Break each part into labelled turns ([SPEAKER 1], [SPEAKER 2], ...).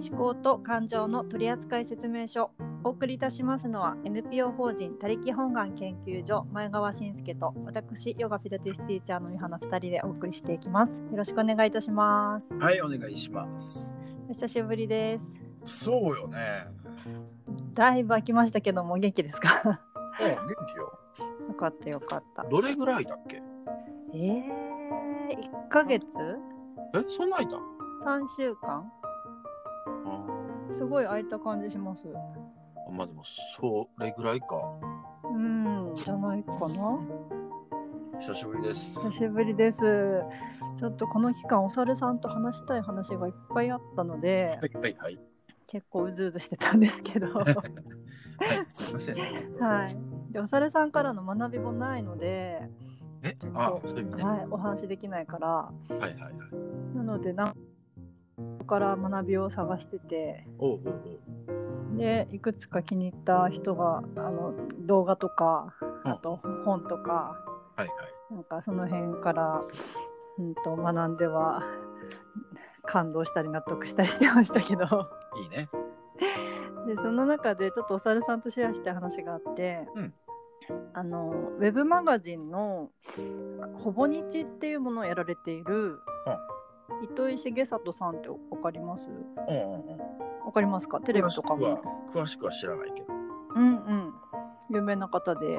[SPEAKER 1] 思考と感情の取扱説明書お送りいたしますのは NPO 法人他力本願研究所前川信介と私ヨガピラティスティーチャーの美花の2人でお送りしていきますよろしくお願いいたします
[SPEAKER 2] はい、お願いします。
[SPEAKER 1] お久しぶりです
[SPEAKER 2] そうよね。
[SPEAKER 1] だいぶ空きましたけども元気ですか
[SPEAKER 2] うん、元気よ。
[SPEAKER 1] よかったよかった
[SPEAKER 2] どれぐらいだっけ
[SPEAKER 1] えー、1ヶ月
[SPEAKER 2] え、そんないた
[SPEAKER 1] 3週間
[SPEAKER 2] あ
[SPEAKER 1] すごい空いた感じします
[SPEAKER 2] ーまあでも、それぐらいか。
[SPEAKER 1] うんじゃないかな
[SPEAKER 2] 久しぶりです。
[SPEAKER 1] 久しぶりです。ちょっとこの期間お猿さんと話したい話がいっぱいあったので
[SPEAKER 2] はい、はい、はい。
[SPEAKER 1] 結構うずうずしてたんです けどは
[SPEAKER 2] はい、すみません。
[SPEAKER 1] い。でお猿さんからの学びもないので、
[SPEAKER 2] え
[SPEAKER 1] ちょっ、と
[SPEAKER 2] あそういう意味ね。は
[SPEAKER 1] はい、お話できないから
[SPEAKER 2] い、はい、はい。
[SPEAKER 1] なのでなんここから学びを探してて
[SPEAKER 2] おうおう
[SPEAKER 1] でいくつか気に入った人があの動画とか
[SPEAKER 2] うん
[SPEAKER 1] あと本とか、
[SPEAKER 2] おう。はい、はい。
[SPEAKER 1] なんかその辺から、うん、と学んでは感動したり納得したりしてましたけど。
[SPEAKER 2] いいね。
[SPEAKER 1] でその中でちょっとお猿さんとシェアした話があって、
[SPEAKER 2] うん
[SPEAKER 1] あのウェブマガジンの「ほぼ日」っていうものをやられている、糸井重里さんってわかります
[SPEAKER 2] うん、うん、うん。
[SPEAKER 1] わかりますかテレビとか
[SPEAKER 2] 詳
[SPEAKER 1] も
[SPEAKER 2] しく。は詳しくは知らないけど。
[SPEAKER 1] うんうん有名な方で、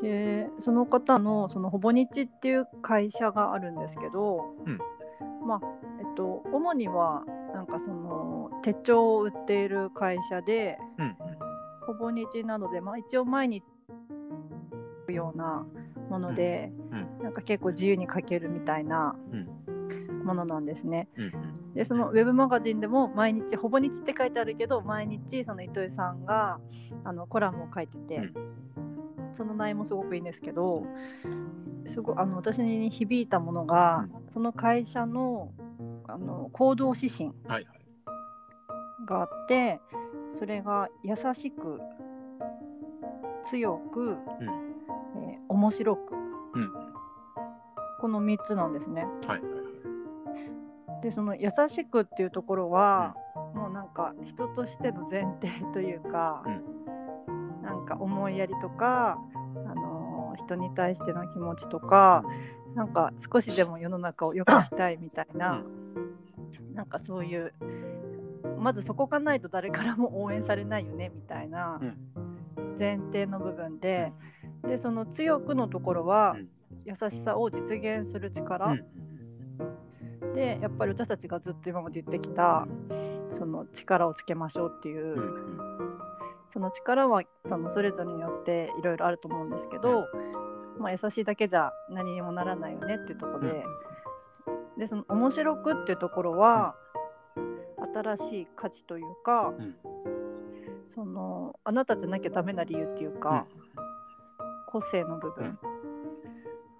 [SPEAKER 1] でその方のそのほぼ日っていう会社があるんですけど、
[SPEAKER 2] うん
[SPEAKER 1] まあえっと主にはなんかその手帳を売っている会社で、
[SPEAKER 2] うん、
[SPEAKER 1] ほぼ日なので、まあ、一応毎日ようなもので、
[SPEAKER 2] うん
[SPEAKER 1] なんか結構自由に書けるみたいな
[SPEAKER 2] うん、うん、
[SPEAKER 1] ものなんですね。
[SPEAKER 2] うん、うん。
[SPEAKER 1] でそのウェブマガジンでも毎日ほぼ日って書いてあるけど毎日その糸井さんがあのコラムを書いてて、
[SPEAKER 2] うん
[SPEAKER 1] その内容もすごくいいんですけどすごいあの私に響いたものが、その会社のあの行動指針
[SPEAKER 2] はい、はい。
[SPEAKER 1] があってそれが優しく強く、
[SPEAKER 2] うん
[SPEAKER 1] えー面白く
[SPEAKER 2] うん、うん
[SPEAKER 1] この3つなんですね。
[SPEAKER 2] はい、はい、はい。
[SPEAKER 1] でその優しくっていうところは、もうなんか人としての前提というか、なんか思いやりとか、あのー人に対しての気持ちとか、なんか少しでも世の中を良くしたいみたいな、なんかそういうまずそこがないと誰からも応援されないよねみたいな
[SPEAKER 2] うん
[SPEAKER 1] 前提の部分で、でその強くのところは、
[SPEAKER 2] うん
[SPEAKER 1] 優しさを実現する力、
[SPEAKER 2] うん、
[SPEAKER 1] でやっぱり私たちがずっと今まで言ってきたその力をつけましょうっていう、
[SPEAKER 2] うん、うん、うん。
[SPEAKER 1] その力はそのそれぞれによっていろいろあると思うんですけど、まあ、優しいだけじゃ何にもならないよねっていうところで,、でその面白くっていうところは、新しい価値というか、
[SPEAKER 2] ん
[SPEAKER 1] そのあなたじゃなきゃダメな理由っていうか、個性の部分、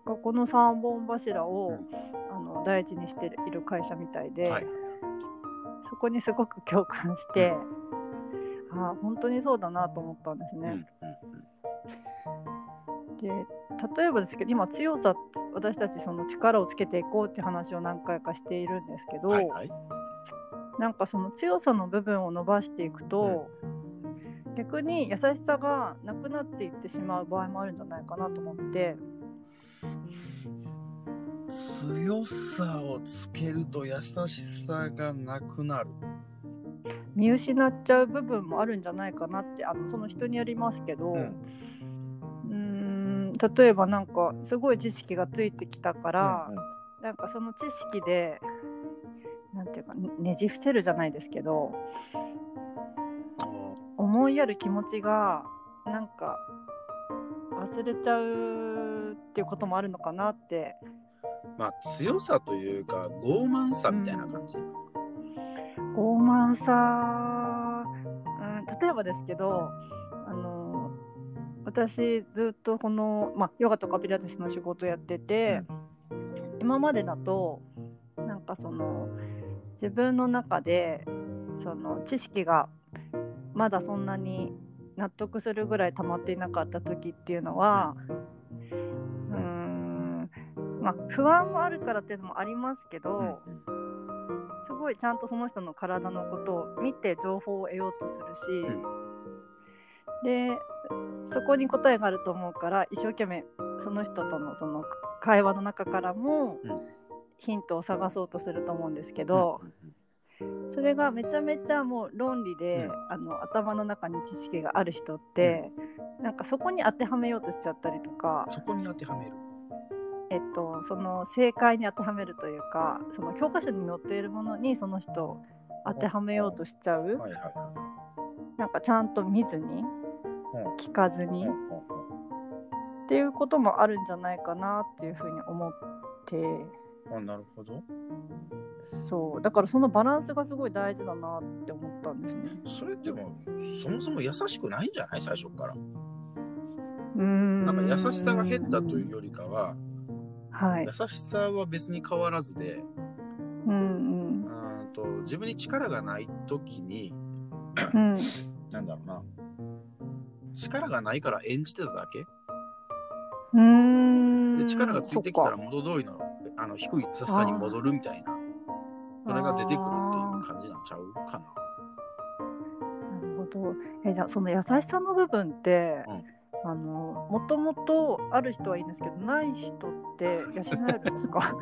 [SPEAKER 1] がこの3本柱を、
[SPEAKER 2] うん
[SPEAKER 1] あの第一にしている会社みたいで。
[SPEAKER 2] はい、
[SPEAKER 1] そこにすごく共感して、ああ本当にそうだなと思ったんです
[SPEAKER 2] うん、うん
[SPEAKER 1] ね。、で例えばですけど今強さ私たちその力をつけていこうっていう話を何回かしているんですけ
[SPEAKER 2] う
[SPEAKER 1] ど、
[SPEAKER 2] ん。はい、はい。
[SPEAKER 1] なんかその強さの部分を伸ばしていくと、逆に優しさがなくなっていってしまう場合もあるんじゃないかなと思って
[SPEAKER 2] 強さをつけると優しさがなくなる。
[SPEAKER 1] 見失っちゃう部分もあるんじゃないかなってあのその人によりますけど。
[SPEAKER 2] うん
[SPEAKER 1] うーん例えばなんかすごい知識がついてきたから、なんかその知識でなんていうかねねじ伏せるじゃないですけど思いやる気持ちがなんか忘れちゃうっていうこともあるのかなって
[SPEAKER 2] まあ強さというか傲慢さみたいな感じ。
[SPEAKER 1] 傲慢さ、うん、例えばですけどあの私ずっとこの、まあ、ヨガとかピラティスの仕事やってて、今までだとなんかその自分の中でその知識がまだそんなに納得するぐらい溜まっていなかった時っていうのはうーんまあ不安もあるからっていうのもありますけど、
[SPEAKER 2] うん
[SPEAKER 1] すごいちゃんとその人の体のことを見て情報を得ようとするし、でそこに答えがあると思うから一生懸命その人とのその会話の中からも
[SPEAKER 2] うん
[SPEAKER 1] ヒントを探そうとすると思うんですけど、それがめちゃめちゃもう論理で、
[SPEAKER 2] うん
[SPEAKER 1] あの頭の中に知識がある人って、なんかそこに当てはめようとしちゃったりとか、
[SPEAKER 2] そこに当てはめる。
[SPEAKER 1] えっと、その正解に当てはめるというかその教科書に載っているものにその人を当てはめようとしちゃう、
[SPEAKER 2] はいはいは
[SPEAKER 1] なんかちゃんと見ずに
[SPEAKER 2] うん
[SPEAKER 1] 聞かず
[SPEAKER 2] い。
[SPEAKER 1] に、
[SPEAKER 2] う
[SPEAKER 1] っ
[SPEAKER 2] んうんうん
[SPEAKER 1] ていうこともあるんじゃないかなっていうふうに思って
[SPEAKER 2] あなるほど
[SPEAKER 1] そうだからそのバランスがすごい大事だなって思ったんですね。
[SPEAKER 2] それでもそもそも優しくないんじゃない最初から
[SPEAKER 1] うーん
[SPEAKER 2] なんか優しさが減ったというよりかは
[SPEAKER 1] はい
[SPEAKER 2] 優。しさは別に変わらずで
[SPEAKER 1] うん
[SPEAKER 2] うーんと自分に力がない時に
[SPEAKER 1] うんうん
[SPEAKER 2] なんだろうな力がないから演じてただけ
[SPEAKER 1] うーん
[SPEAKER 2] で力がついてきた
[SPEAKER 1] そ
[SPEAKER 2] ら
[SPEAKER 1] っか
[SPEAKER 2] 元通りのあの低い優しさに戻るみたいなそれが出てくるっていう感じなんちゃうかな
[SPEAKER 1] なるほど。えじゃあその優しさの部分って、
[SPEAKER 2] うん
[SPEAKER 1] あのもともとある人はいいんですけどない人って養えるんです か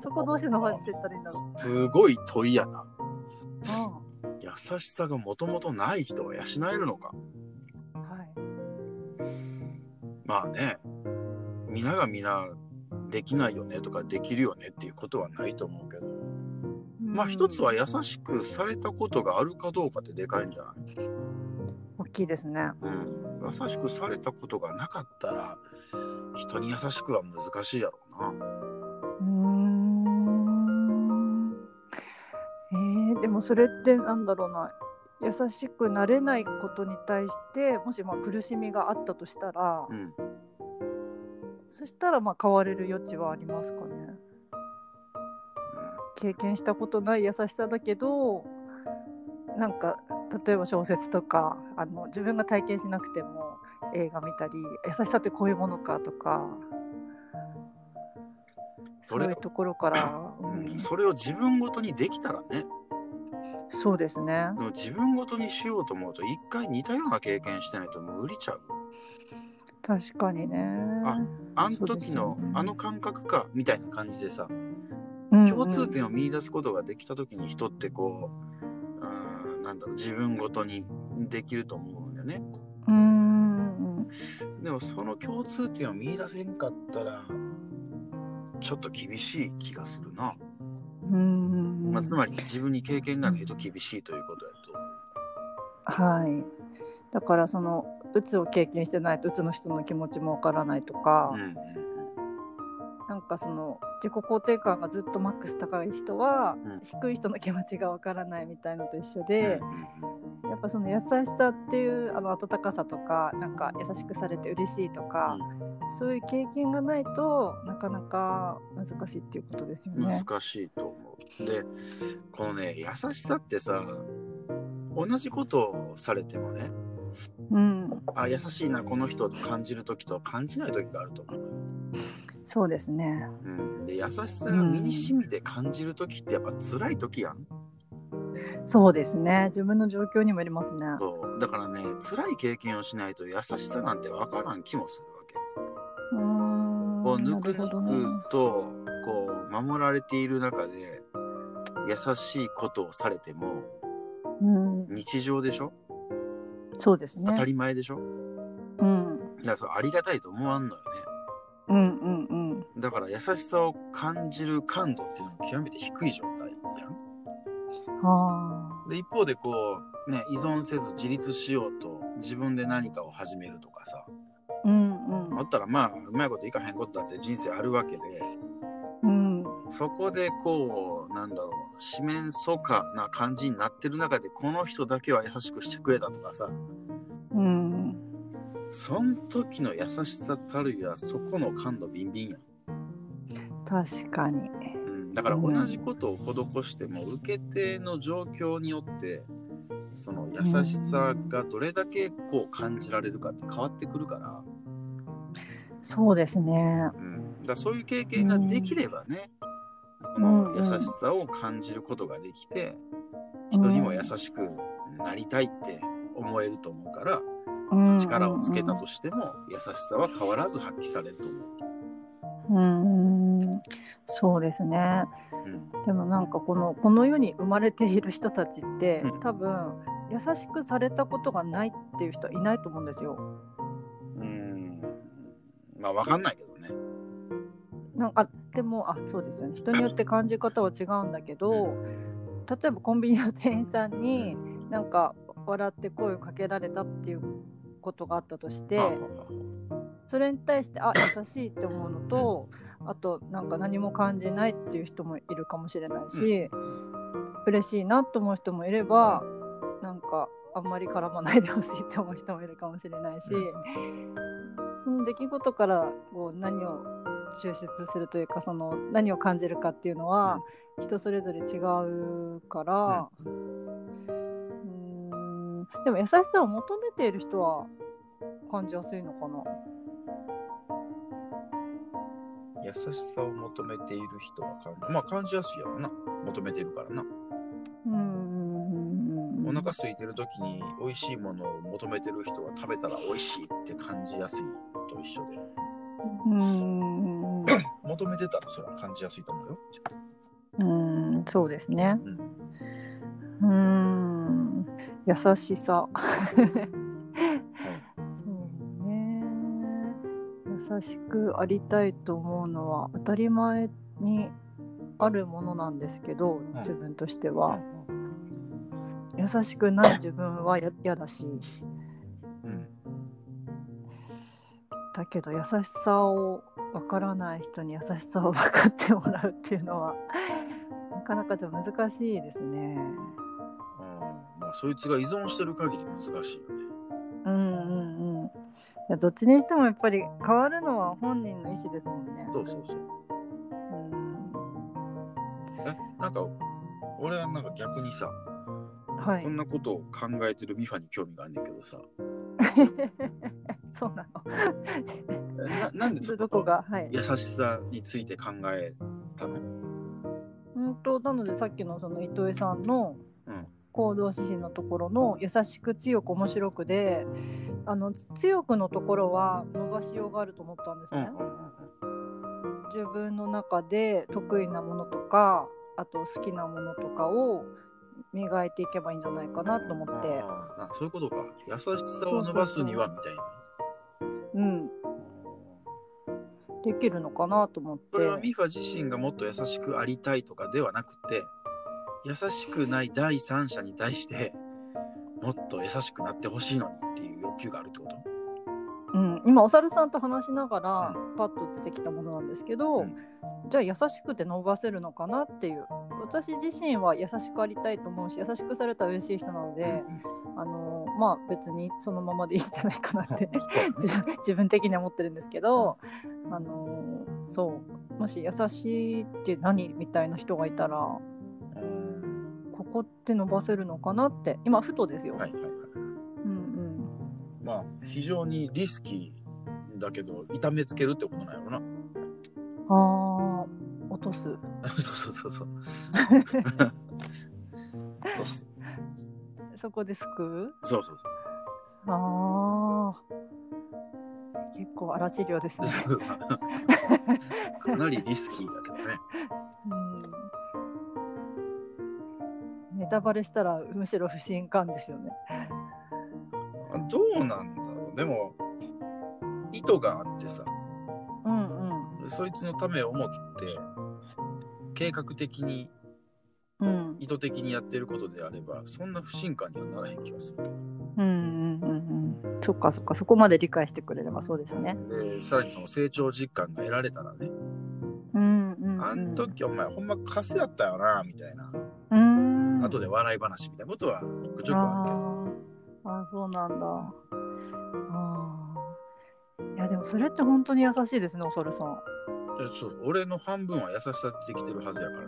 [SPEAKER 1] そこどうして伸ばしていったらいいんだろ
[SPEAKER 2] すごい問いやな
[SPEAKER 1] うあ
[SPEAKER 2] 優しさがもともとない人は養えるのか
[SPEAKER 1] あはい
[SPEAKER 2] まあね、皆が皆できないよねとかできるよねっていうことはないと思うけど、まあ一つは
[SPEAKER 1] うん
[SPEAKER 2] 優しくされたことがあるかどうかってでかいんじゃない、
[SPEAKER 1] 大きいですね。
[SPEAKER 2] 優しくされたことがなかったら、人に優しくは難しいやろうな。
[SPEAKER 1] うーんえー、でもそれってなんだろうな優しくなれないことに対してもしまあ苦しみがあったとしたら、
[SPEAKER 2] うん。
[SPEAKER 1] そしたらまあ変われる余地はありますかね。経験したことない優しさだけどなんか例えば小説とかあの自分が体験しなくても映画見たり優しさってこういうものかとか
[SPEAKER 2] そ
[SPEAKER 1] そ
[SPEAKER 2] れ
[SPEAKER 1] ういうところから、うん
[SPEAKER 2] それを自分ごとにできたらね、
[SPEAKER 1] そうですね
[SPEAKER 2] でも自分ごとにしようと思うと、一回似たような経験してないと無理ちゃう。
[SPEAKER 1] 確かにね
[SPEAKER 2] ああの時
[SPEAKER 1] そう
[SPEAKER 2] の
[SPEAKER 1] ですよね
[SPEAKER 2] あの感覚か、みたいな感じでさ、
[SPEAKER 1] うんうん
[SPEAKER 2] 共通点を見出すことができた時に人ってこう、うーん、なんだろう自分ごとにできると思うんだよね
[SPEAKER 1] うんうん
[SPEAKER 2] でもその共通点を見出せんかったらちょっと厳しい気がするな、
[SPEAKER 1] うんうんうん
[SPEAKER 2] まあ、つまり自分に経験がないと厳しいということだ
[SPEAKER 1] はいだからそのうつを経験してないとうつの人の気持ちもわからないとか
[SPEAKER 2] と、うんうん
[SPEAKER 1] なんかその自己肯定感がずっとマックス高い人は、
[SPEAKER 2] うん
[SPEAKER 1] 低い人の気持ちがわからないみたいのと一緒
[SPEAKER 2] うん
[SPEAKER 1] で
[SPEAKER 2] う、んうん
[SPEAKER 1] やっぱその優しさっていうあの温かさとかなんか優しくされて嬉しいとか、そういう経験がないとなかなか難しいっていうことですよね。
[SPEAKER 2] 難しいと思う。でこのね優しさってさ同じことをされてもね
[SPEAKER 1] うん、
[SPEAKER 2] あ優しいなこの人と感じる時と感じない時があると思うのよ。
[SPEAKER 1] そうですね。
[SPEAKER 2] うんで優しさが身に染みて感じる時ってやっぱ辛い時やん、
[SPEAKER 1] そうですね。自分の状況にもよりますね。
[SPEAKER 2] そうだからね辛い経験をしないと優しさなんて分からん気もするわけ
[SPEAKER 1] うーん。
[SPEAKER 2] こうぬ
[SPEAKER 1] な
[SPEAKER 2] くぬ
[SPEAKER 1] るほどね
[SPEAKER 2] くとこう守られている中で優しいことをされても
[SPEAKER 1] うん、
[SPEAKER 2] 日常でしょ
[SPEAKER 1] そうです
[SPEAKER 2] 当
[SPEAKER 1] ね。
[SPEAKER 2] たり前でしょ
[SPEAKER 1] うん、
[SPEAKER 2] だからそれありがたいと思わんのよね
[SPEAKER 1] うん、うん、うん。
[SPEAKER 2] だから優しさを感じる感度っていうのは極めて低い状態やん
[SPEAKER 1] あ
[SPEAKER 2] で一方でこうね依存せず自立しようと自分で何かを始めるとかさ
[SPEAKER 1] あ。うん、
[SPEAKER 2] 思ったらまあうまいこといかへんことだって人生あるわけで
[SPEAKER 1] うん、うん。
[SPEAKER 2] そこでこうなんだろう四面楚歌な感じになってる中でこの人だけは優しくしてくれたとかさ
[SPEAKER 1] うん
[SPEAKER 2] そん時の優しさたるやそこの感度ビンビンやん、
[SPEAKER 1] 確かに。
[SPEAKER 2] うん、だから同じことを施しても受け手の状況によってその優しさがどれだけこう感じられるかって変わってくるから,、
[SPEAKER 1] そうですね。
[SPEAKER 2] うん、だからそういう経験ができればね、そ
[SPEAKER 1] うんう
[SPEAKER 2] の
[SPEAKER 1] ん
[SPEAKER 2] 優しさを感じることができて、人にも優しくなりたいって思えると思うから、力をつけたとしても優しさは変わらず発揮されると思う。
[SPEAKER 1] うんうんそうですね
[SPEAKER 2] うん
[SPEAKER 1] でもなんかこのこの世に生まれている人たちって、
[SPEAKER 2] うん
[SPEAKER 1] 多分優しくされたことがないっていう人はいないと思うんですよ。
[SPEAKER 2] うん、まあわかんないけどね。
[SPEAKER 1] なんかでもあそうですよね人によって感じ方は違うんだけど例えばコンビニの店員さんになんか笑って声をかけられたっていうことがあったとして
[SPEAKER 2] はあはあは
[SPEAKER 1] それに対してあ優しいって思うのとあとなんか何も感じないっていう人もいるかもしれないし、嬉しいなと思う人もいればなんかあんまり絡まないでほしいって思う人もいるかもしれないし、その出来事からこう何を抽出するというかその何を感じるかっていうのは人それぞれ違うから、うーんでも優しさを求めている人は感じやすいのかな。
[SPEAKER 2] あ優しさを求めている人は感じ、まあ感じやすいやろな。求めてるからな。
[SPEAKER 1] うん
[SPEAKER 2] お腹空いてる時に美味しいものを求めてる人は食べたら美味しいって感じやすいと一緒で
[SPEAKER 1] うん
[SPEAKER 2] 求めてたらそれは感じやすいと思うよ。
[SPEAKER 1] うんそうですね
[SPEAKER 2] うん、
[SPEAKER 1] うん優しさ
[SPEAKER 2] はい
[SPEAKER 1] そうね優しくありたいと思うのは当たり前にあるものなんですけど、自分としては、優しくない自分はや嫌だし
[SPEAKER 2] うん
[SPEAKER 1] だけど優しさをわからない人に優しさを分かってもらうっていうのは なかなかじゃ難しいですね。
[SPEAKER 2] あーまあ、そいつが依存してる限り難しいよね。
[SPEAKER 1] うんうんうん。いやどっちにしてもやっぱり変わるのは本人の意思ですもんね。
[SPEAKER 2] そうそうそう。
[SPEAKER 1] うん
[SPEAKER 2] え、なんか、俺はなんか逆にさ、
[SPEAKER 1] はい
[SPEAKER 2] こ。んなことを考えてるミファに興味があんねんけどさ、
[SPEAKER 1] そうなの。
[SPEAKER 2] えななんでそ
[SPEAKER 1] どどこがはい。
[SPEAKER 2] 優しさについて考えたの
[SPEAKER 1] 本当なのでさっきのその糸井さんの
[SPEAKER 2] うん
[SPEAKER 1] 行動指針のところの優しく強く面白くで、あの強くのところは伸ばしようがあると思ったんです
[SPEAKER 2] うんう
[SPEAKER 1] ね。
[SPEAKER 2] んうん
[SPEAKER 1] 自分の中で得意なものとか、あと好きなものとかを磨いていけばいいんじゃないかなと思
[SPEAKER 2] うん。
[SPEAKER 1] っ
[SPEAKER 2] あ
[SPEAKER 1] て。
[SPEAKER 2] ーなそういうことか。優しさを伸ばすにはみたいな。
[SPEAKER 1] うん。できるのかなと思って。
[SPEAKER 2] それはミファ自身がもっと優しくありたいとかではなくて、優しくない第三者に対して、もっと優しくなってほしいのにっていう要求があるってこと
[SPEAKER 1] うん、今お猿さんと話しながら
[SPEAKER 2] う
[SPEAKER 1] パッと出てきたものなんですけど、
[SPEAKER 2] うん
[SPEAKER 1] じゃあ優しくて伸ばせるのかなっていう私自身は優しくありたいと思うし優しくされたら嬉しい人なので、あのまあ別にそのままでいいんじゃないかなって自分 自分的には思ってるんですけど、あのそうもし優しいって何みたいな人がいたら
[SPEAKER 2] うん
[SPEAKER 1] ここって伸ばせるのかなって今ふとですよ。
[SPEAKER 2] はいはいはい。
[SPEAKER 1] うん
[SPEAKER 2] まあ、非常にリスキーだけど、痛めつけるってことなんやろな。
[SPEAKER 1] うん、あー落とす。
[SPEAKER 2] そうそうそうそう。そうっす
[SPEAKER 1] そこで救う
[SPEAKER 2] そうそう
[SPEAKER 1] ああ。結構荒治療ですね。
[SPEAKER 2] そ う。かなりリスキーだけどね。
[SPEAKER 1] うん、ネタバレしたらむしろ不信感ですよね。
[SPEAKER 2] あどうなんだろう。でも、意図があってさ、
[SPEAKER 1] うん
[SPEAKER 2] そいつのためを思って、計画的に、
[SPEAKER 1] うん。うん
[SPEAKER 2] 意図的にやってることであれば、そんな不信感にはならへん気がするけど。
[SPEAKER 1] うんうんうんうん。そっかそっかそこまで理解してくれればそうですね。
[SPEAKER 2] で、さらにその成長実感が得られたらね、
[SPEAKER 1] うんうん、うん。
[SPEAKER 2] あん時お前ほんまカスやったよな、みたいな。
[SPEAKER 1] うん。
[SPEAKER 2] 後で笑い話みたいなことはちょくちょくあるけど。
[SPEAKER 1] あーあーそうなんだ。ああ。いやでもそれって本当に優しいですねお猿さん。
[SPEAKER 2] えそう俺の半分は優しさでできてるはずやからね。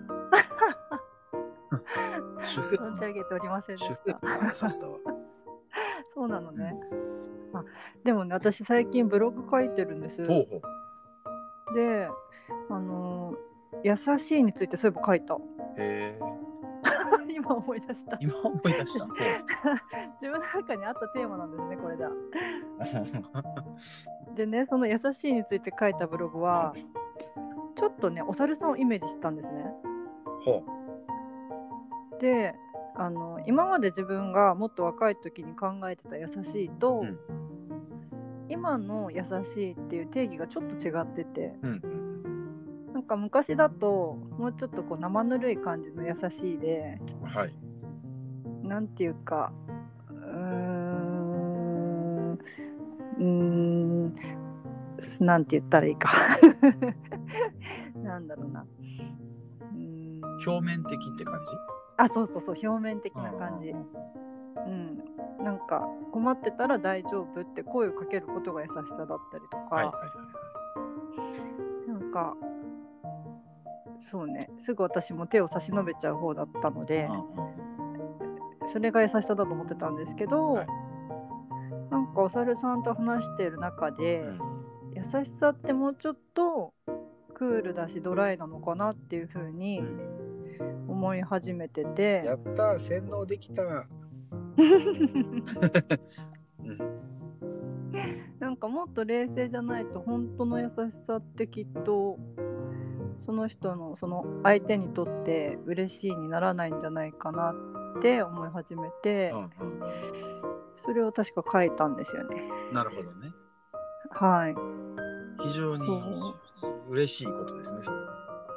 [SPEAKER 2] 主成
[SPEAKER 1] 存じ上げておりませんで
[SPEAKER 2] 主
[SPEAKER 1] し
[SPEAKER 2] 成
[SPEAKER 1] た。
[SPEAKER 2] 優しさは。
[SPEAKER 1] そうなのね。あでもね私最近ブログ書いてるんです。
[SPEAKER 2] ほうほう。
[SPEAKER 1] であのー優しいについてそういえば書いた
[SPEAKER 2] えー、
[SPEAKER 1] 今思い出した
[SPEAKER 2] 今思い出 し
[SPEAKER 1] 自
[SPEAKER 2] た。
[SPEAKER 1] 分の中にあったテーマなんですねこれだ
[SPEAKER 2] ほ
[SPEAKER 1] でねその「優しい」について書いたブログはちょっとねお猿さんをイメージしてたんですね
[SPEAKER 2] うほ
[SPEAKER 1] であの今まで自分がもっと若い時に考えてた「優しいと」
[SPEAKER 2] うん
[SPEAKER 1] 今の「優しい」っていう定義がちょっと違ってて
[SPEAKER 2] う。うん。
[SPEAKER 1] なんか昔だともうちょっとこう生ぬるい感じの「優しいで」
[SPEAKER 2] はい。
[SPEAKER 1] なんていうかうーんうーんすなんて言ったらいいか なんだろうなうーん
[SPEAKER 2] 表面的って感じ。
[SPEAKER 1] あそうそうそう表面的な感じうんなんか困ってたら大丈夫って声をかけることが優しさだったりとか、
[SPEAKER 2] はいはい
[SPEAKER 1] な
[SPEAKER 2] は
[SPEAKER 1] んかそうねすぐ私も手を差し伸べちゃう方だったので
[SPEAKER 2] い。うん
[SPEAKER 1] それが優しさだと思ってたんですけど、
[SPEAKER 2] はい
[SPEAKER 1] なんかお猿さんと話してる中で、
[SPEAKER 2] うん
[SPEAKER 1] 優しさってもうちょっとクールだしドライなのかなっていう風に
[SPEAKER 2] うん
[SPEAKER 1] 思い始めてて、
[SPEAKER 2] やったー洗脳できたー。うん
[SPEAKER 1] なんかもっと冷静じゃないと本当の優しさってきっとその人のその相手にとって嬉しいにならないんじゃないかなって思い始めて、
[SPEAKER 2] うん
[SPEAKER 1] それを確か書いたんですよね。
[SPEAKER 2] うん。なるほどね。
[SPEAKER 1] はい、
[SPEAKER 2] 非常に
[SPEAKER 1] そう
[SPEAKER 2] 嬉しいことですね。それ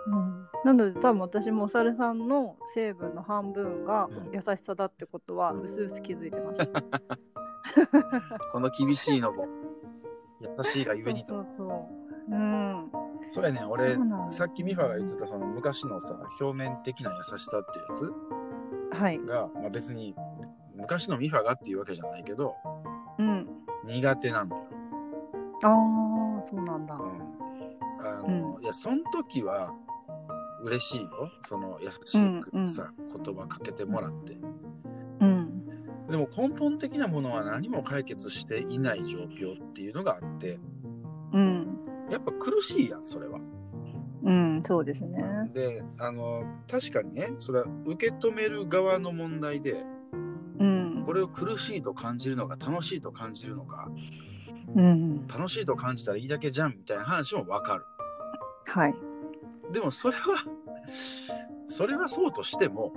[SPEAKER 1] うんなので多分私もお猿さんの成分の半分が
[SPEAKER 2] うん
[SPEAKER 1] 優しさだってことはうすうす気づいてま した。
[SPEAKER 2] この厳しいのも。優しいがゆえに
[SPEAKER 1] そ
[SPEAKER 2] と。
[SPEAKER 1] うそうそう。うん。
[SPEAKER 2] そうやねん、俺
[SPEAKER 1] そうなん、
[SPEAKER 2] さっきミファが言ってた、その昔のさ、表面的な優しさってやつ。
[SPEAKER 1] はい。
[SPEAKER 2] が、まあ、別に昔のミファがっていうわけじゃないけど
[SPEAKER 1] うん。
[SPEAKER 2] 苦手なのよ。
[SPEAKER 1] ああ、そうなんだ
[SPEAKER 2] う。んあのいやその時は嬉しいよその優しくさ、言葉かけてもらって
[SPEAKER 1] うん。
[SPEAKER 2] でも根本的なものは何も解決していない状況っていうのがあって
[SPEAKER 1] うん。
[SPEAKER 2] やっぱ苦しいやんそれは。
[SPEAKER 1] うん、そうですね。
[SPEAKER 2] であの確かにねそれは受け止める側の問題で
[SPEAKER 1] うん
[SPEAKER 2] こ。れを苦しいと感じるのか楽しいと感じるのか
[SPEAKER 1] うん。
[SPEAKER 2] 楽しいと感じたらいいだけじゃんみたいな話もわかる。
[SPEAKER 1] はい。
[SPEAKER 2] でもそれはそれはそうとしても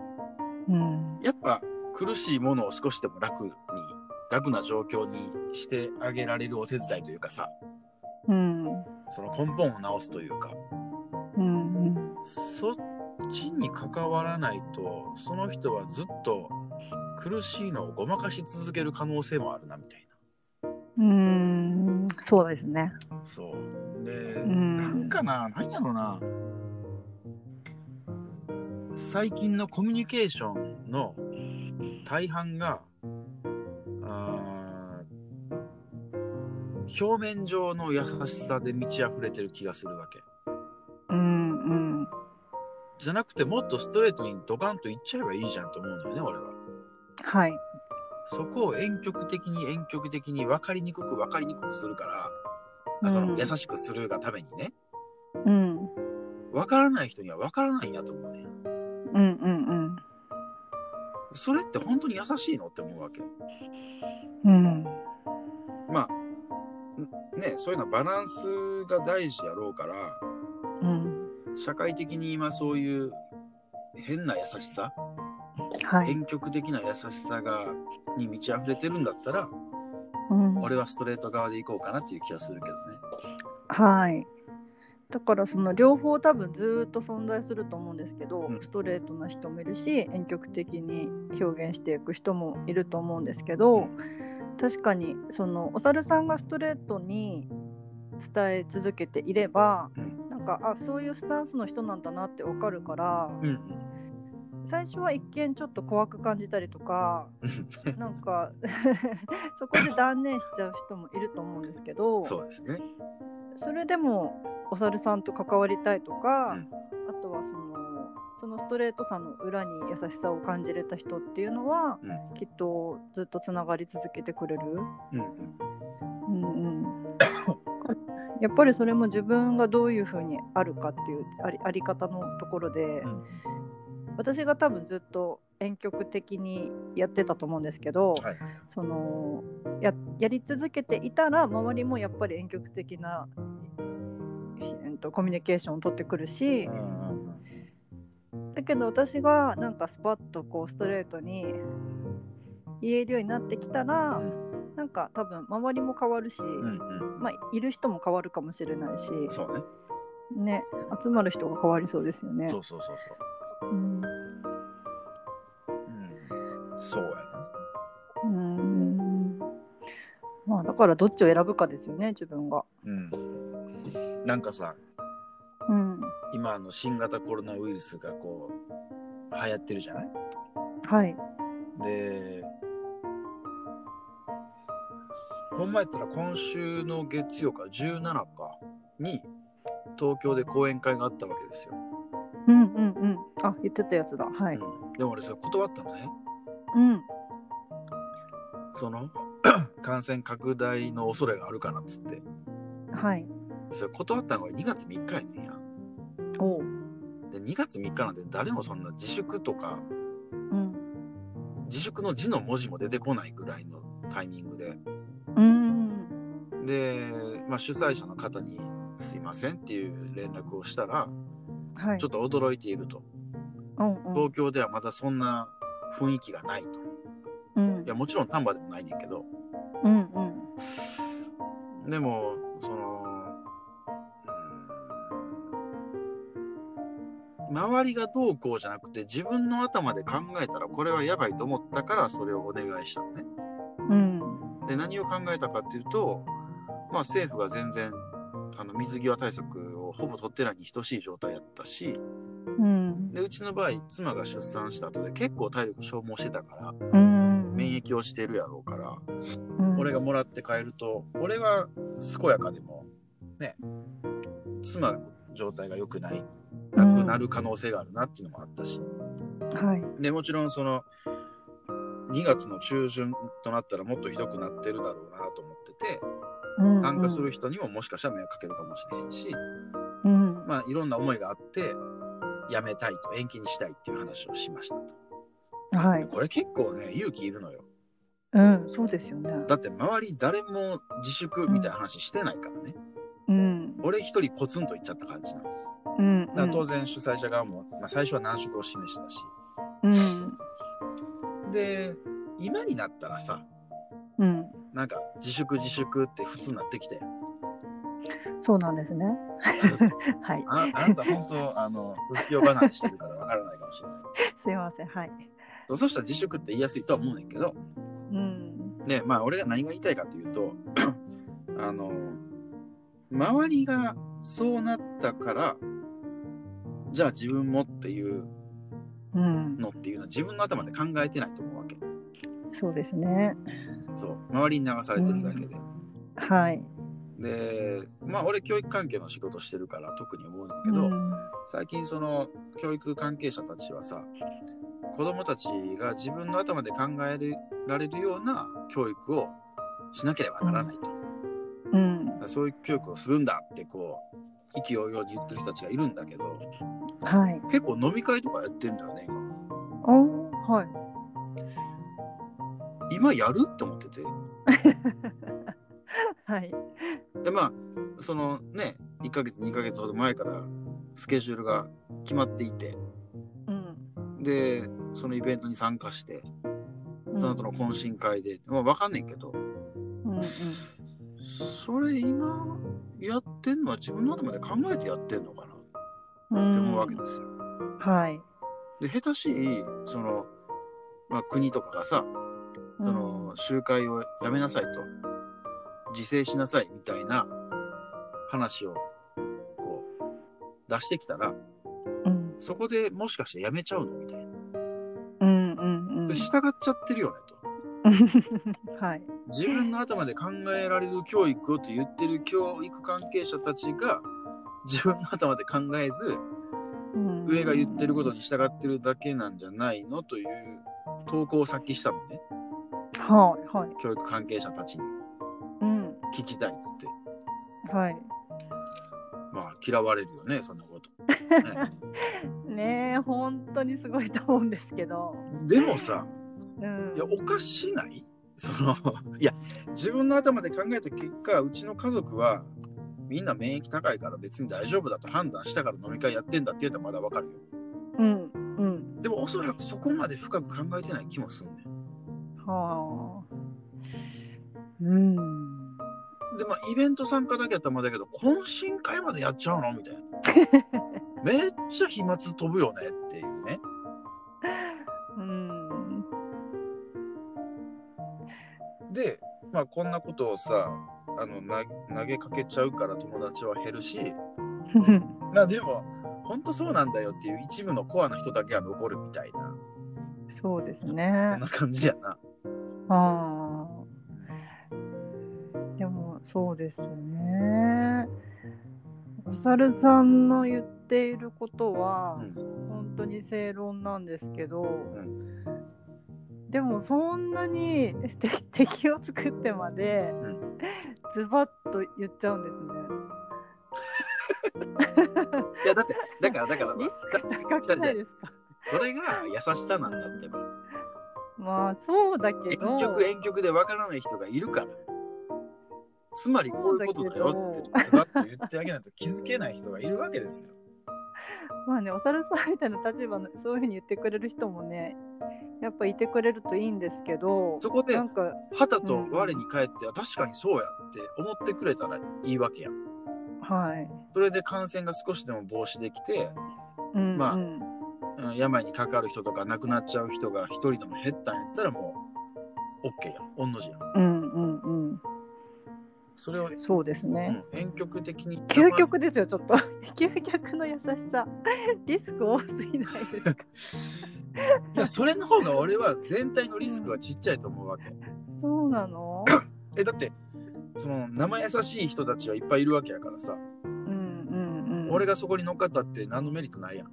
[SPEAKER 1] うん。
[SPEAKER 2] やっぱ苦しいものを少しでも楽に楽な状況にしてあげられるお手伝いというかさ
[SPEAKER 1] うん。
[SPEAKER 2] その根本を直すというか
[SPEAKER 1] うん。
[SPEAKER 2] そっちに関わらないとその人はずっと苦しいのをごまかし続ける可能性もあるなみたい
[SPEAKER 1] うん。うんそうですね。
[SPEAKER 2] なそうで、
[SPEAKER 1] ん
[SPEAKER 2] なんかななんやろな最近のコミュニケーションの大半があー表面上の優しさで満ち溢れてる気がするわけ
[SPEAKER 1] うん。うん。
[SPEAKER 2] じゃなくてもっとストレートにドカンと言っちゃえばいいじゃんと思うのよね俺は
[SPEAKER 1] はい。
[SPEAKER 2] そこを遠曲的に遠曲的に分かりにくく分かりにくくするから
[SPEAKER 1] う
[SPEAKER 2] あの
[SPEAKER 1] ん
[SPEAKER 2] 優しくするがためにね
[SPEAKER 1] うん。
[SPEAKER 2] 分からない人には分からないんやと思うね
[SPEAKER 1] うん。うん。
[SPEAKER 2] それって本当に優しいのって思うわけ
[SPEAKER 1] うん。うん。
[SPEAKER 2] まあんねそういうのはバランスが大事やろうから
[SPEAKER 1] うん。
[SPEAKER 2] 社会的に今そういう変な優しさ
[SPEAKER 1] はい。
[SPEAKER 2] 遠曲的な優しさがに満ち溢れてるんだったら
[SPEAKER 1] うん。
[SPEAKER 2] 俺はストレート側で行こうかなっていう気がするけどね
[SPEAKER 1] はい。だからその両方多分ずーっと存在すると思うんですけど、
[SPEAKER 2] うん
[SPEAKER 1] ストレートな人もいるし遠曲的に表現していく人もいると思うんですけど、
[SPEAKER 2] うん
[SPEAKER 1] 確かにそのお猿さんがストレートに伝え続けていれば、
[SPEAKER 2] うん
[SPEAKER 1] なんかあそういうスタンスの人なんだなってわかるから、
[SPEAKER 2] うん
[SPEAKER 1] 最初は一見ちょっと怖く感じたりとか
[SPEAKER 2] うん
[SPEAKER 1] なんか そこで断念しちゃう人もいると思うんですけど。
[SPEAKER 2] そうですね
[SPEAKER 1] それでもお猿さんと関わりたいとか、
[SPEAKER 2] うん
[SPEAKER 1] あとはそのそのストレートさの裏に優しさを感じれた人っていうのは、
[SPEAKER 2] う
[SPEAKER 1] きっとずっとつながり続けてくれる、
[SPEAKER 2] う
[SPEAKER 1] う
[SPEAKER 2] んうん
[SPEAKER 1] んうん、やっぱりそれも自分がどういうふうにあるかっていうありあり方のところで、
[SPEAKER 2] ん
[SPEAKER 1] 私が多分ずっと遠曲的にやってたと思うんですけど、
[SPEAKER 2] はい
[SPEAKER 1] そのややり続けていたら周りもやっぱり遠曲的な、えっと、コミュニケーションを取ってくるし、だけど私がなんかスパッとこうストレートに言えるようになってきたら、なんか多分周りも変わるし、
[SPEAKER 2] うんうん
[SPEAKER 1] まあ、いる人も変わるかもしれないし、
[SPEAKER 2] そうね。
[SPEAKER 1] ね、集まる人が変わりそうですよね。
[SPEAKER 2] そうそうそう
[SPEAKER 1] うん
[SPEAKER 2] そう。うん。そうやな。
[SPEAKER 1] うんまあ、だからどっちを選ぶかですよね自分が。
[SPEAKER 2] うん。なんかさ、
[SPEAKER 1] うん、
[SPEAKER 2] 今あの新型コロナウイルスがこう、流行ってるじゃない
[SPEAKER 1] はい、
[SPEAKER 2] で、ほんまやったら今週の月曜か17かに東京で講演会があったわけですよ。
[SPEAKER 1] うんうんうんあ言ってたやつだはい。
[SPEAKER 2] うんでも俺それ断ったのね。
[SPEAKER 1] うん
[SPEAKER 2] その 感染拡大の恐れがあるからっつって。
[SPEAKER 1] はい
[SPEAKER 2] それ断ったのが2月3日やねんや。
[SPEAKER 1] おう、
[SPEAKER 2] で2月3日なんて誰もそんな自粛とか
[SPEAKER 1] うん、
[SPEAKER 2] 自粛の字の文字も出てこないぐらいのタイミングで
[SPEAKER 1] うん
[SPEAKER 2] で、まあ、主催者の方に「すいません」っていう連絡をしたら
[SPEAKER 1] はい
[SPEAKER 2] ちょっと驚いていると
[SPEAKER 1] うんうん
[SPEAKER 2] 東京ではまだそんな雰囲気がないと
[SPEAKER 1] うん
[SPEAKER 2] いやもちろん丹波でもないねんけど
[SPEAKER 1] うんうん
[SPEAKER 2] でもそのうん周りがどうこうじゃなくて自分の頭で考えたらこれはやばいと思ったからそれをお願いしたのね
[SPEAKER 1] うん
[SPEAKER 2] で何を考えたかっていうと、まあ、政府が全然あの水際対策をほぼ取ってないに等しい状態だったし
[SPEAKER 1] うん
[SPEAKER 2] でうちの場合妻が出産した後で結構体力消耗してたから
[SPEAKER 1] うん
[SPEAKER 2] 免疫をしてるやろうから
[SPEAKER 1] うん
[SPEAKER 2] 俺がもらって帰ると俺は健やかでもね妻の状態が良くないなくなる可能性があるなっていうのもあったし
[SPEAKER 1] はい
[SPEAKER 2] でもちろんその2月の中旬となったらもっとひどくなってるだろうなと思ってて参加する人にももしかしたら迷惑かけるかもしれへんし、
[SPEAKER 1] うんうん
[SPEAKER 2] まあ、いろんな思いがあってやめたいと延期にしたいっていう話をしましたと、
[SPEAKER 1] はい
[SPEAKER 2] これ結構ね勇気いるのよ
[SPEAKER 1] うんそうですよね
[SPEAKER 2] だって周り誰も自粛みたいな話してないからね、
[SPEAKER 1] うん
[SPEAKER 2] 俺一人ポツンと言っちゃった感じなのだ
[SPEAKER 1] うん
[SPEAKER 2] から当然主催者側も、まあ、最初は難色を示したし
[SPEAKER 1] うん
[SPEAKER 2] で今になったらさ
[SPEAKER 1] うん
[SPEAKER 2] なんか自粛自粛って普通になってき て
[SPEAKER 1] そうなんですね はい
[SPEAKER 2] ああなた本当あの不況離れしてるからわからないかもしれない
[SPEAKER 1] すいませんはい
[SPEAKER 2] そうそしたら自粛って言いやすいとは思うねんけど
[SPEAKER 1] うん
[SPEAKER 2] ねまあ俺が何が言いたいかというと あの周りがそうなったからじゃあ自分もっていう
[SPEAKER 1] うん
[SPEAKER 2] のっていうのは自分の頭で考えてないと思うわけ
[SPEAKER 1] そうですね
[SPEAKER 2] そう周りに流されてるだけで、
[SPEAKER 1] はい
[SPEAKER 2] でまあ俺教育関係の仕事してるから特に思うんだけど、
[SPEAKER 1] うん
[SPEAKER 2] 最近その教育関係者たちはさ子供たちが自分の頭で考えられるような教育をしなければならないと、
[SPEAKER 1] うん
[SPEAKER 2] そういう教育をするんだってこう意気揚々に言ってる人たちがいるんだけど
[SPEAKER 1] はい
[SPEAKER 2] 結構飲み会とかやってんだよね今
[SPEAKER 1] おはい
[SPEAKER 2] 今やるって思ってて
[SPEAKER 1] はい
[SPEAKER 2] でまあそのね1ヶ月2ヶ月ほど前からスケジュールが決まっていて
[SPEAKER 1] うん
[SPEAKER 2] でそのイベントに参加して
[SPEAKER 1] うん
[SPEAKER 2] その後の懇親会で、まあ、分かんねんけど
[SPEAKER 1] うんうん
[SPEAKER 2] それ今やってんのは自分の頭で考えてやってんのかなって思うわけですよ。
[SPEAKER 1] はい
[SPEAKER 2] で下手しいその、まあ、国とかがさ
[SPEAKER 1] そ
[SPEAKER 2] その集会をやめなさいと自制しなさいみたいな話をこう出してきたら
[SPEAKER 1] うん
[SPEAKER 2] そこでもしかしてやめちゃうのみたいな。
[SPEAKER 1] うんうんうん
[SPEAKER 2] で従っちゃってるよねと。
[SPEAKER 1] はい
[SPEAKER 2] 自分の頭で考えられる教育をと言ってる教育関係者たちが自分の頭で考えず上が言ってることに従ってるだけなんじゃないのという投稿をさっきしたのね
[SPEAKER 1] はいはい
[SPEAKER 2] 教育関係者たちに
[SPEAKER 1] うん
[SPEAKER 2] 聞きたいっつって
[SPEAKER 1] はい
[SPEAKER 2] まあ嫌われるよねそんなこと、ね
[SPEAKER 1] ねえ本当にすごいと思うんですけど、
[SPEAKER 2] でもさ
[SPEAKER 1] うん、
[SPEAKER 2] いやおかしないそのいや自分の頭で考えた結果うちの家族はみんな免疫高いから別に大丈夫だと判断したから飲み会やってんだって言うとまだわかるよ
[SPEAKER 1] うんうん
[SPEAKER 2] でもおそらくそこまで深く考えてない気もするねん
[SPEAKER 1] はあうん
[SPEAKER 2] でまあイベント参加だけやったらまだけど懇親会までやっちゃうのみたいなめっちゃ飛沫飛ぶよねっていうね
[SPEAKER 1] うん
[SPEAKER 2] で、まあ、こんなことをさあのな投げかけちゃうから友達は減るしまあでも本当そうなんだよっていう一部のコアな人だけが残るみたいな
[SPEAKER 1] そうです
[SPEAKER 2] こ
[SPEAKER 1] ね
[SPEAKER 2] んな感じやな。
[SPEAKER 1] あーでもそうですよね。お猿さんの言っていることは、
[SPEAKER 2] うん
[SPEAKER 1] 本当に正論なんですけど、
[SPEAKER 2] ん
[SPEAKER 1] でもそんなに て敵を作ってまで、
[SPEAKER 2] ん
[SPEAKER 1] ズバッと言っちゃうんですね。
[SPEAKER 2] いやだってだからだから
[SPEAKER 1] リス
[SPEAKER 2] さ
[SPEAKER 1] ク高くないですか
[SPEAKER 2] それが優しさなんだってば
[SPEAKER 1] まあそうだけ
[SPEAKER 2] 遠
[SPEAKER 1] ど。
[SPEAKER 2] 曲遠曲でわからない人がいるからつまりこういうことだよってズバッと言ってあげないと気づけない人がいるわけですよ。
[SPEAKER 1] まあね、お猿さんみたいな立場の そういうふうに言ってくれる人もねやっぱいてくれるといいんですけど
[SPEAKER 2] そこで
[SPEAKER 1] なんか
[SPEAKER 2] 旗と我に返って、あ確かにそうやって思ってくれたらいいわけやん。
[SPEAKER 1] はい、
[SPEAKER 2] それで感染が少しでも防止できて、
[SPEAKER 1] うん
[SPEAKER 2] まあ
[SPEAKER 1] うん
[SPEAKER 2] うん、病にかかる人とか亡くなっちゃう人が一人でも減ったんやったらもう OK やん。おんの字やん。
[SPEAKER 1] うんうんうん
[SPEAKER 2] それを、
[SPEAKER 1] そうです
[SPEAKER 2] う
[SPEAKER 1] ね、
[SPEAKER 2] ん、遠曲的に。
[SPEAKER 1] 究極ですよちょっと究極の優しさリスク多すぎないです か
[SPEAKER 2] いやそれの方が俺は全体のリスクはちっちゃいと思うわけ。
[SPEAKER 1] そうなの
[SPEAKER 2] えだってその生優しい人たちはいっぱいいるわけやからさ、
[SPEAKER 1] うんうんうん
[SPEAKER 2] 俺がそこに乗っかったって何のメリットないやん。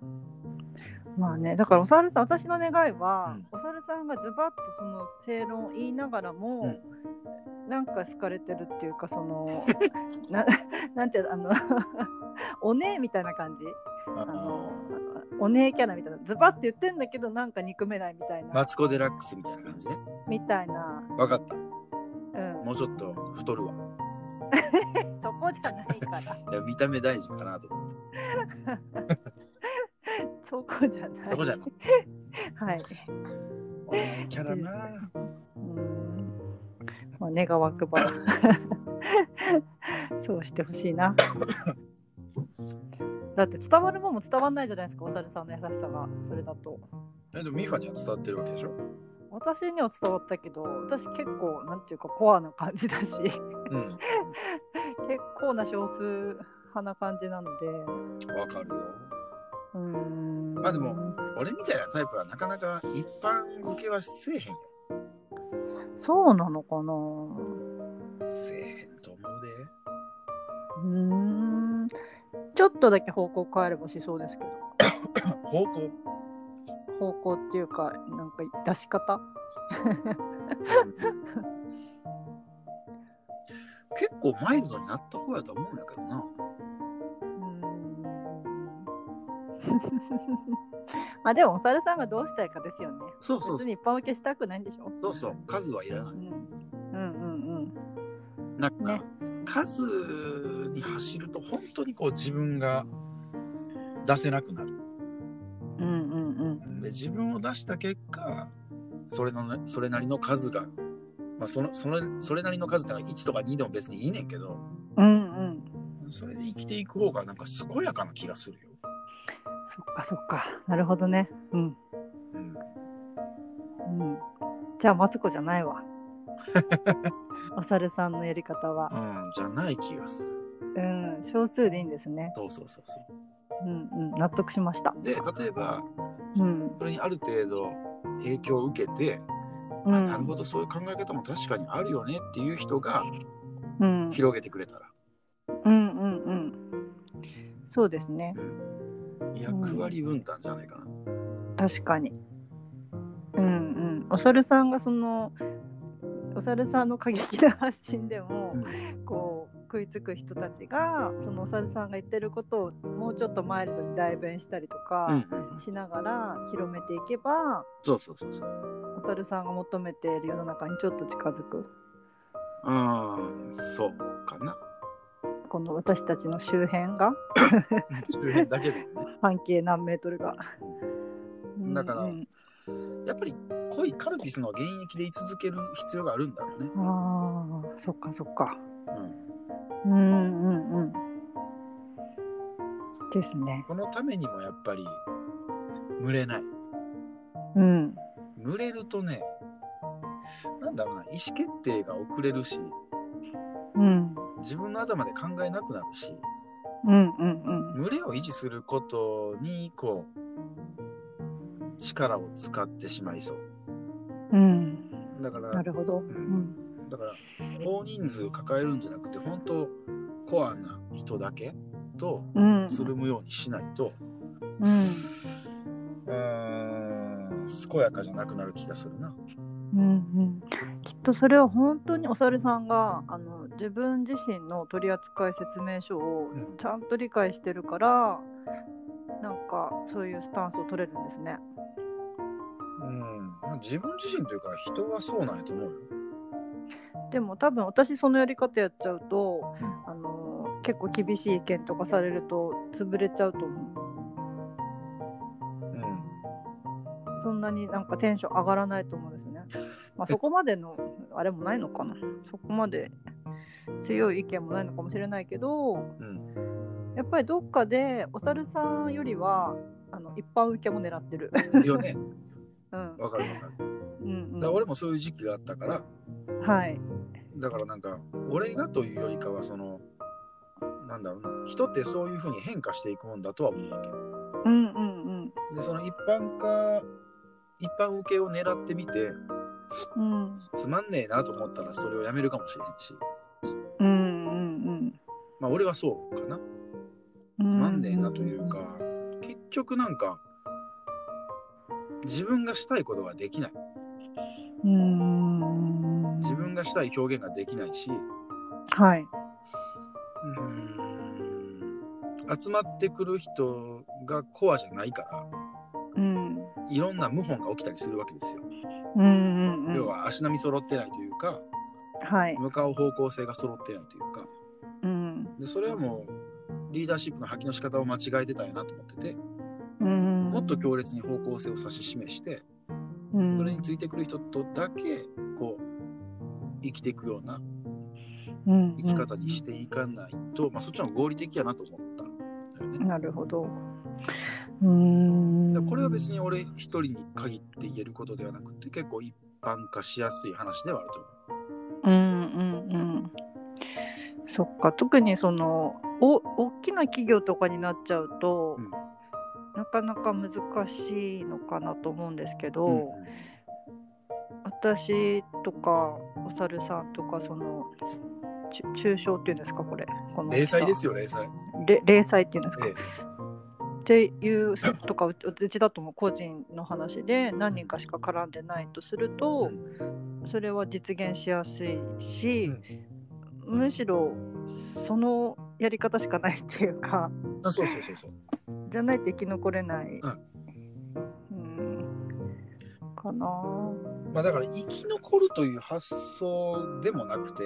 [SPEAKER 1] まあねだからお猿さん私の願いは、
[SPEAKER 2] うん
[SPEAKER 1] お猿さんがズバッとその正論を言いながらも、なんか好かれてるっていうかそ のななんていうのあの お姉みたいな感じあのお姉キャラみたいなズバッて言ってんだけどなんか憎めないみたいな、
[SPEAKER 2] マツコ・デラックスみたいな感じね。
[SPEAKER 1] みたいな、
[SPEAKER 2] わかった。
[SPEAKER 1] うん、
[SPEAKER 2] もうちょっと太るわ。
[SPEAKER 1] そこじゃないから
[SPEAKER 2] いや見た目大事かなと思って。
[SPEAKER 1] そこじゃない
[SPEAKER 2] そこじゃない。
[SPEAKER 1] はい
[SPEAKER 2] 俺キャラな。
[SPEAKER 1] うんまあ願わくば そうしてほしいなだって伝わるもんも伝わんないじゃないですかお猿さんの優しさがそれだと
[SPEAKER 2] えでもミファには伝わってるわけでしょ。
[SPEAKER 1] 私には伝わったけど私結構なんていうかコアな感じだし結
[SPEAKER 2] うん。
[SPEAKER 1] 構な少数派な感じなので
[SPEAKER 2] わかるよ。
[SPEAKER 1] うん
[SPEAKER 2] まあでも俺みたいなタイプはなかなか一般受けはせえへんよ。
[SPEAKER 1] そうなのかな
[SPEAKER 2] せえへんと思うで。
[SPEAKER 1] うーんちょっとだけ方向変えればしそうですけど
[SPEAKER 2] 方向。
[SPEAKER 1] 方向っていうかなんか出し方
[SPEAKER 2] 結構マイルドになった方やと思うんだけどな。
[SPEAKER 1] うーん まあでもお猿さんがどうしたいかですよね
[SPEAKER 2] そうそう
[SPEAKER 1] 別
[SPEAKER 2] そう
[SPEAKER 1] に一般受けしたくないんでしょ、
[SPEAKER 2] そうそう数はいら
[SPEAKER 1] う、
[SPEAKER 2] なん
[SPEAKER 1] うんうんうん
[SPEAKER 2] い。なんか、
[SPEAKER 1] ね
[SPEAKER 2] 数に走ると本当にこう自分が出せなくなる。
[SPEAKER 1] うんうん
[SPEAKER 2] で自分を出した結果それの、ね、それなりの数が、まあ、そのそれそれなりの数ってのは1とか2でも別にいいねんけど
[SPEAKER 1] うんうんうん
[SPEAKER 2] それで生きていく方がなんか健やかな気がするよ。
[SPEAKER 1] そっかそっかなるほどねうん
[SPEAKER 2] うん、
[SPEAKER 1] うんじゃあマツコじゃない わお猿さんのやり方は
[SPEAKER 2] うん、じゃない気がする。
[SPEAKER 1] うん少数でいいんですね
[SPEAKER 2] そうそうそうそう。
[SPEAKER 1] うんうん納得しました
[SPEAKER 2] で例えば
[SPEAKER 1] うん、
[SPEAKER 2] それにある程度影響を受けて、
[SPEAKER 1] う
[SPEAKER 2] あ
[SPEAKER 1] ん、
[SPEAKER 2] なるほどそういう考え方も確かにあるよねっていう人が
[SPEAKER 1] うん、
[SPEAKER 2] 広げてくれたら、
[SPEAKER 1] うんうんうんそうですね
[SPEAKER 2] うん、役割分担じゃないかな。
[SPEAKER 1] 確かにうんうんお猿さんがそのお猿さんの過激な発信でも
[SPEAKER 2] うん
[SPEAKER 1] こう食いつく人たちがそのお猿さんが言ってることをもうちょっとマイルドに代弁したりと
[SPEAKER 2] うんう
[SPEAKER 1] か
[SPEAKER 2] ん、
[SPEAKER 1] しながら広めていけば、
[SPEAKER 2] そうそうそうそう。
[SPEAKER 1] お猿さんが求めている世の中にちょっと近づく
[SPEAKER 2] ああ、そうか な。
[SPEAKER 1] この私たちの周辺が
[SPEAKER 2] 周辺だけでもね。
[SPEAKER 1] 半径何メートルが。
[SPEAKER 2] だから
[SPEAKER 1] うん
[SPEAKER 2] やっぱり濃いカルピスの原液で居続ける必要があるんだろうね。
[SPEAKER 1] ああそっかそっか。
[SPEAKER 2] うん、
[SPEAKER 1] うんうんうん。ですね。
[SPEAKER 2] このためにもやっぱり群れない。
[SPEAKER 1] うん。
[SPEAKER 2] 群れるとね、なんだろうな、意思決定が遅れるし、
[SPEAKER 1] うん。
[SPEAKER 2] 自分の頭で考えなくなるし、
[SPEAKER 1] うんうん
[SPEAKER 2] 群れを維持することに、こう、力を使ってしまいそう。
[SPEAKER 1] うん。うん。
[SPEAKER 2] だから、
[SPEAKER 1] なるほど。う
[SPEAKER 2] うん
[SPEAKER 1] ん。
[SPEAKER 2] だから大人数抱えるんじゃなくて本当コアな人だけと
[SPEAKER 1] うん。
[SPEAKER 2] つるむようにしないと、
[SPEAKER 1] う
[SPEAKER 2] うーん健やかじゃなくなる気がするな。
[SPEAKER 1] ん。うんうん。きっとそれは本当にお猿さんがあの自分自身の取扱説明書を
[SPEAKER 2] うん
[SPEAKER 1] ちゃんと理解してるから、なんかそういうスタンスを取れるんですね。
[SPEAKER 2] うん、自分自身というか人はそうなんやと思うよ。
[SPEAKER 1] でも多分私そのやり方やっちゃうと、
[SPEAKER 2] うん
[SPEAKER 1] あの結構厳しい意見とかされると潰れちゃうと思う。
[SPEAKER 2] うん、
[SPEAKER 1] そんなになんかテンション上がらないと思うんです ね。まあ、そこまでのあれもないのかな。そこまで強い意見もないのかもしれないけど、
[SPEAKER 2] うん、
[SPEAKER 1] やっぱりどっかでお猿さんよりはあの一般受けも狙ってる。
[SPEAKER 2] よね
[SPEAKER 1] うん
[SPEAKER 2] わかるわかる。だか
[SPEAKER 1] うんうん
[SPEAKER 2] ら俺もそういう時期があったから
[SPEAKER 1] はい。
[SPEAKER 2] だからなんか俺がというよりかはそのなんだろうな人ってそういうふうに変化していくもんだとは思うわけ。
[SPEAKER 1] うんうん
[SPEAKER 2] でその一般化一般受けを狙ってみて
[SPEAKER 1] うん。うん
[SPEAKER 2] つまんねえなと思ったらそれをやめるかもしれへんし
[SPEAKER 1] うんうん
[SPEAKER 2] まあ俺はそうかな
[SPEAKER 1] うん。
[SPEAKER 2] つまんねえなというか、結局なんか自分がしたいことができない
[SPEAKER 1] うん。
[SPEAKER 2] 自分がしたい表現ができないし
[SPEAKER 1] はい。
[SPEAKER 2] うーん集まってくる人がコアじゃないから
[SPEAKER 1] うん
[SPEAKER 2] いろんな謀反が起きたりするわけですよ、
[SPEAKER 1] うんうんうん。
[SPEAKER 2] 要は足並み揃ってないというか
[SPEAKER 1] はい。
[SPEAKER 2] 向かう方向性が揃ってないというか
[SPEAKER 1] うん
[SPEAKER 2] でそれはもうリーダーシップの発揮の仕方を間違えてたんやなと思ってて
[SPEAKER 1] うん。
[SPEAKER 2] もっと強烈に方向性を指し示して
[SPEAKER 1] うん
[SPEAKER 2] それについてくる人とだけこう生きていくような
[SPEAKER 1] うん
[SPEAKER 2] 生き方にしていかないと、まあ、そっちの方が合理的やなと思ったんだよね。
[SPEAKER 1] なるほど。うーん
[SPEAKER 2] でこれは別に俺一人に限って言えることではなくて結構一般化しやすい話ではあると思う。
[SPEAKER 1] うんうんうん。そっか特にそのお大きな企業とかになっちゃうと、
[SPEAKER 2] うん
[SPEAKER 1] なかなか難しいのかなと思うんですけど、
[SPEAKER 2] うん
[SPEAKER 1] 私とかお猿さんとかそのち中小っていうんですかこれこの
[SPEAKER 2] 零細ですすよ零細。
[SPEAKER 1] 零細っていうんですか、
[SPEAKER 2] え
[SPEAKER 1] っていうとかううちだともう個人の話で何人かしか絡んでないとすると。
[SPEAKER 2] うん
[SPEAKER 1] それは実現しやすいし、
[SPEAKER 2] うん
[SPEAKER 1] むしろそのやり方しかないっていうか
[SPEAKER 2] あそうそうそうそう。
[SPEAKER 1] じゃないと生き残れない、
[SPEAKER 2] うん
[SPEAKER 1] うんかな
[SPEAKER 2] まあだから生き残るという発想でもなくて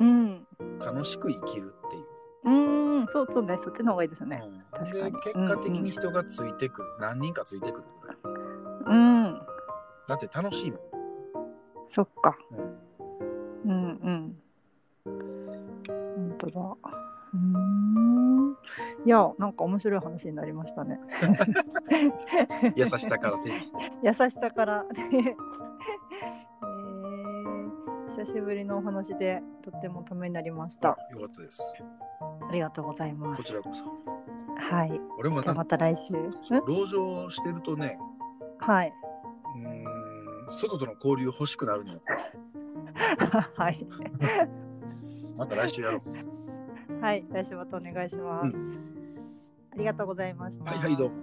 [SPEAKER 1] うん
[SPEAKER 2] 楽しく生きるっていう。
[SPEAKER 1] うんそうそうねそっちの方がいいですね
[SPEAKER 2] うん
[SPEAKER 1] 確か
[SPEAKER 2] で
[SPEAKER 1] に
[SPEAKER 2] 結果的に人がついてくる、何人かついてくるぐらい
[SPEAKER 1] うん
[SPEAKER 2] だって楽しいもん、
[SPEAKER 1] そっか
[SPEAKER 2] う
[SPEAKER 1] う
[SPEAKER 2] ん
[SPEAKER 1] んうん本当だうーんいやなんか面白い話になりましたね
[SPEAKER 2] 優しさから手にして
[SPEAKER 1] 優しさから、 ねえー久しぶりのお話でとってもためになりました
[SPEAKER 2] よかったです
[SPEAKER 1] ありがとうございま
[SPEAKER 2] こ
[SPEAKER 1] す
[SPEAKER 2] ちらこそ
[SPEAKER 1] はいじ
[SPEAKER 2] 俺
[SPEAKER 1] ゃ
[SPEAKER 2] もな
[SPEAKER 1] あ
[SPEAKER 2] んか
[SPEAKER 1] また来週ん
[SPEAKER 2] 籠城してるとね
[SPEAKER 1] はい
[SPEAKER 2] うーん外との交流欲しくなるのよ
[SPEAKER 1] はい
[SPEAKER 2] また来週やろう
[SPEAKER 1] はい来週またお願いします、
[SPEAKER 2] う
[SPEAKER 1] ありがとうございました
[SPEAKER 2] はいはいどうも